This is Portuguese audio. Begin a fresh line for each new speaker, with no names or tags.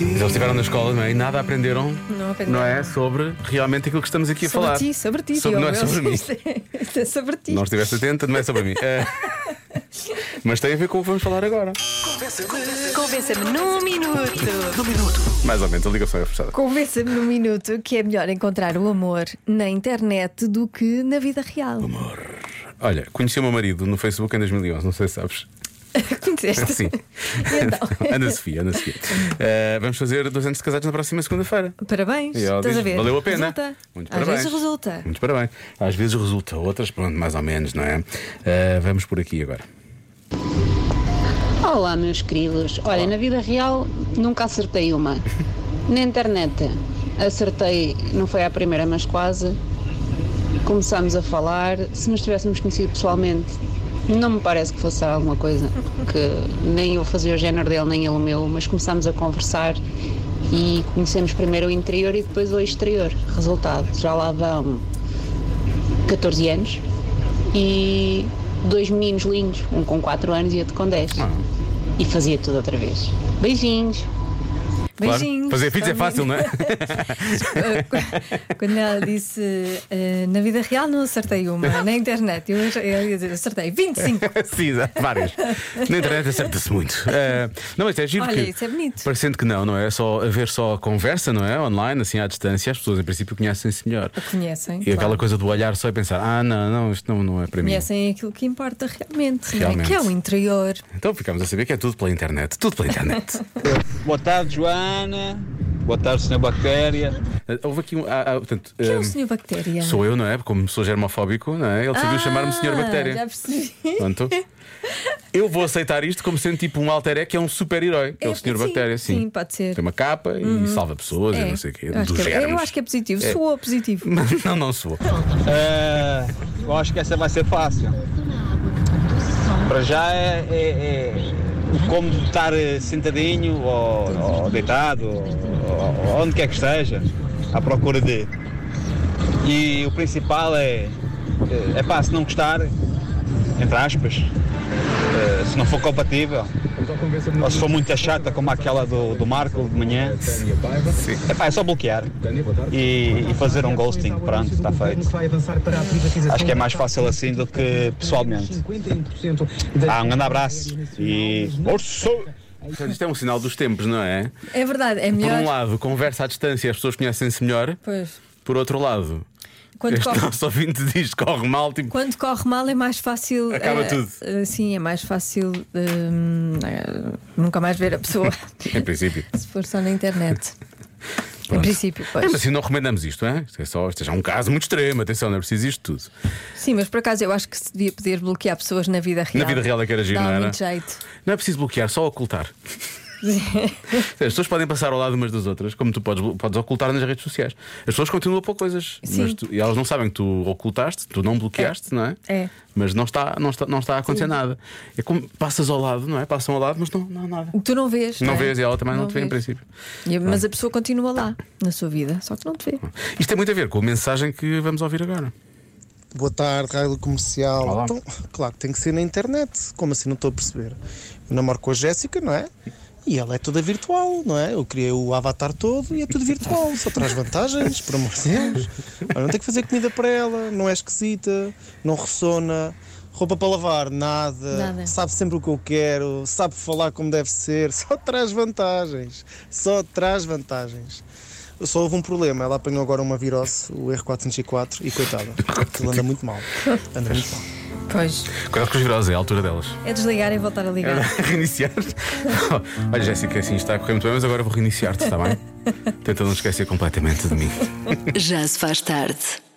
Mas eles estiveram na escola não é? e nada aprenderam
Não, aprendi.
não é, sobre realmente aquilo que estamos aqui a
sobre
falar.
ti, sobre ti,
Sobre- não é
Diogo.
sobre mim.
Isto é- isto é sobre ti.
Não estiveste atenta, não é sobre mim. Eh, Mas tem a ver com o que vamos falar agora.
Convença-me num minuto.
Mais ou menos, a ligação é fechada.
Convença-me num minuto que é melhor encontrar o amor na internet do que na vida real.
Olha, conheci o meu marido no Facebook em 2011, não sei se sabes.
Conheceste?
Sim.
Então.
Ana Sofia, Ana Sofia. Eh, vamos fazer dois anos de casados na próxima segunda-feira.
Parabéns.
E ela
Estás
diz,
a ver?
É Valeu a pena.
Resulta.
Muito
Às
parabéns.
vezes resulta.
Muito parabéns. Às vezes resulta, outras, pronto, mais ou menos, não é? Eh, vamos por aqui agora.
Olá, meus queridos. Olha, na vida real nunca acertei uma. Na internet acertei, não foi à primeira, mas quase. Começámos a falar. Se nos tivéssemos conhecido pessoalmente, não me parece que fosse alguma coisa que nem eu fazia o género dele, nem ele o meu, mas começámos a conversar e conhecemos primeiro o interior e depois o exterior. Resultado, já lá vão 14 anos e dois meninos lindos, um com 4 anos e outro com 10. E fazia tudo outra vez. Beijinhos!
Claro,
Beijinhos.
Fazer filhos é fácil, não é?
Quando ela disse eh, na vida real não acertei uma, na internet eu, eu ia dizer, acertei 25.
Sim, há vários. Na internet acerta-se muito. Eh, não, mas é giro
Olha,
que.
isso é bonito.
Parecendo que não, não é? Só haver só a conversa, não é? Online, assim à distância, as pessoas em princípio conhecem-se melhor.
Conhecem?
E
claro.
aquela coisa do olhar só e pensar: ah, não, não, isto não, não é para mim.
Conhecem aquilo que importa realmente, não é?
Realmente.
que é o interior.
Então ficamos a saber que é tudo pela internet. Tudo pela internet.
Boa tarde, Joana. Boa tarde, Sr. Bactéria.
Eh, Houve aqui um. ah, ah, portanto,
Que é
eh,
o senhor Bactéria?
Sou eu, não é? Como sou germofóbico, não é? Ele decidiu chamar-me Senhor Bactéria.
Ah, Já percebi.
Pronto. Eu vou aceitar isto como sendo tipo um alter ego que é um super-herói. que É,
É,
o Senhor
sim,
Bactéria, sim.
sim, pode ser.
Tem uma capa e salva pessoas e
É,
não sei o quê.
eu acho
dos
que é- eu
germes.
acho que é positivo.
É.
Soou positivo.
Não, não sou.
É, eu acho que essa vai ser fácil. Para já é, é, é como estar eh, sentadinho ou, ou deitado, ou, ou onde quer que esteja, à procura de. E o principal é, é, é pá, se não gostar, entre aspas, eh, se não for compatível, ou se for muito chata como aquela do, do Marco de manhã, é pá, é só bloquear e, e fazer um ghosting, pronto, está feito. Acho que é mais fácil assim do que pessoalmente. Ah, um grande abraço e. Orso!
Portanto, isto é um sinal dos tempos, não é?
É verdade, é
Por
melhor.
um lado, conversa à distância e as pessoas conhecem-se melhor.
Pois.
Por outro lado,
Quando
este
corre,
nosso ouvinte diz que corre mal, tipo.
quando corre mal é mais fácil.
Acaba
eh,
tudo.
eh, sim, é mais fácil hum, eh, nunca mais ver a pessoa
Em princípio.
se for só na internet. Em
Pronto.
princípio,
É,
pois.
mas assim, não recomendamos isto, é? Isto é só, isto é já um caso muito extremo, atenção, não é preciso isto tudo.
Sim, mas por acaso eu acho que se devia poder bloquear pessoas na vida real.
Na vida real é que era giro,
Dá
não era?
muito jeito.
Não é preciso bloquear, só ocultar. As pessoas podem passar ao lado umas das outras, como tu podes, podes ocultar nas redes sociais. As pessoas continuam a pôr coisas
Sim.
mas tu- e elas não sabem que tu ocultaste, tu não bloqueaste, não é?
É.
Mas não está, não está, não está a acontecer nada. É como passas ao lado, não é? Passam ao lado, mas não, não há nada.
Tu não vês.
Não
é?
vês e ela também não, te vê, em
vês.
princípio.
E- Mas a pessoa continua lá na sua vida, só que não te vê.
Isto tem muito a ver com a mensagem que vamos ouvir agora.
Boa tarde, Rádio Comercial.
Olá.
Então, claro que tem que ser na internet. Como assim? Não estou a perceber. Eu namoro com a Jéssica, não é? E ela é toda virtual, não é? Eu criei o avatar todo e é tudo virtual. Só traz vantagens, por amor de Deus. Olha, não tem que fazer comida para ela, não é esquisita, não ressona. Roupa para lavar, nada.
Nada.
Sabe sempre o que eu quero, sabe falar como deve ser. Só traz vantagens. Só traz vantagens. Só houve um problema, ela apanhou agora uma virose, o R404, e coitada, aquilo anda muito mal. Anda muito mal.
Pois.
Cuidado com os viroses, é a altura delas.
É desligar e voltar a ligar.
reiniciar. Olha, Jéssica, assim está a correr muito bem, mas agora vou reiniciar-te, está bem? Tenta não esquecer completamente de mim.
Já se faz tarde.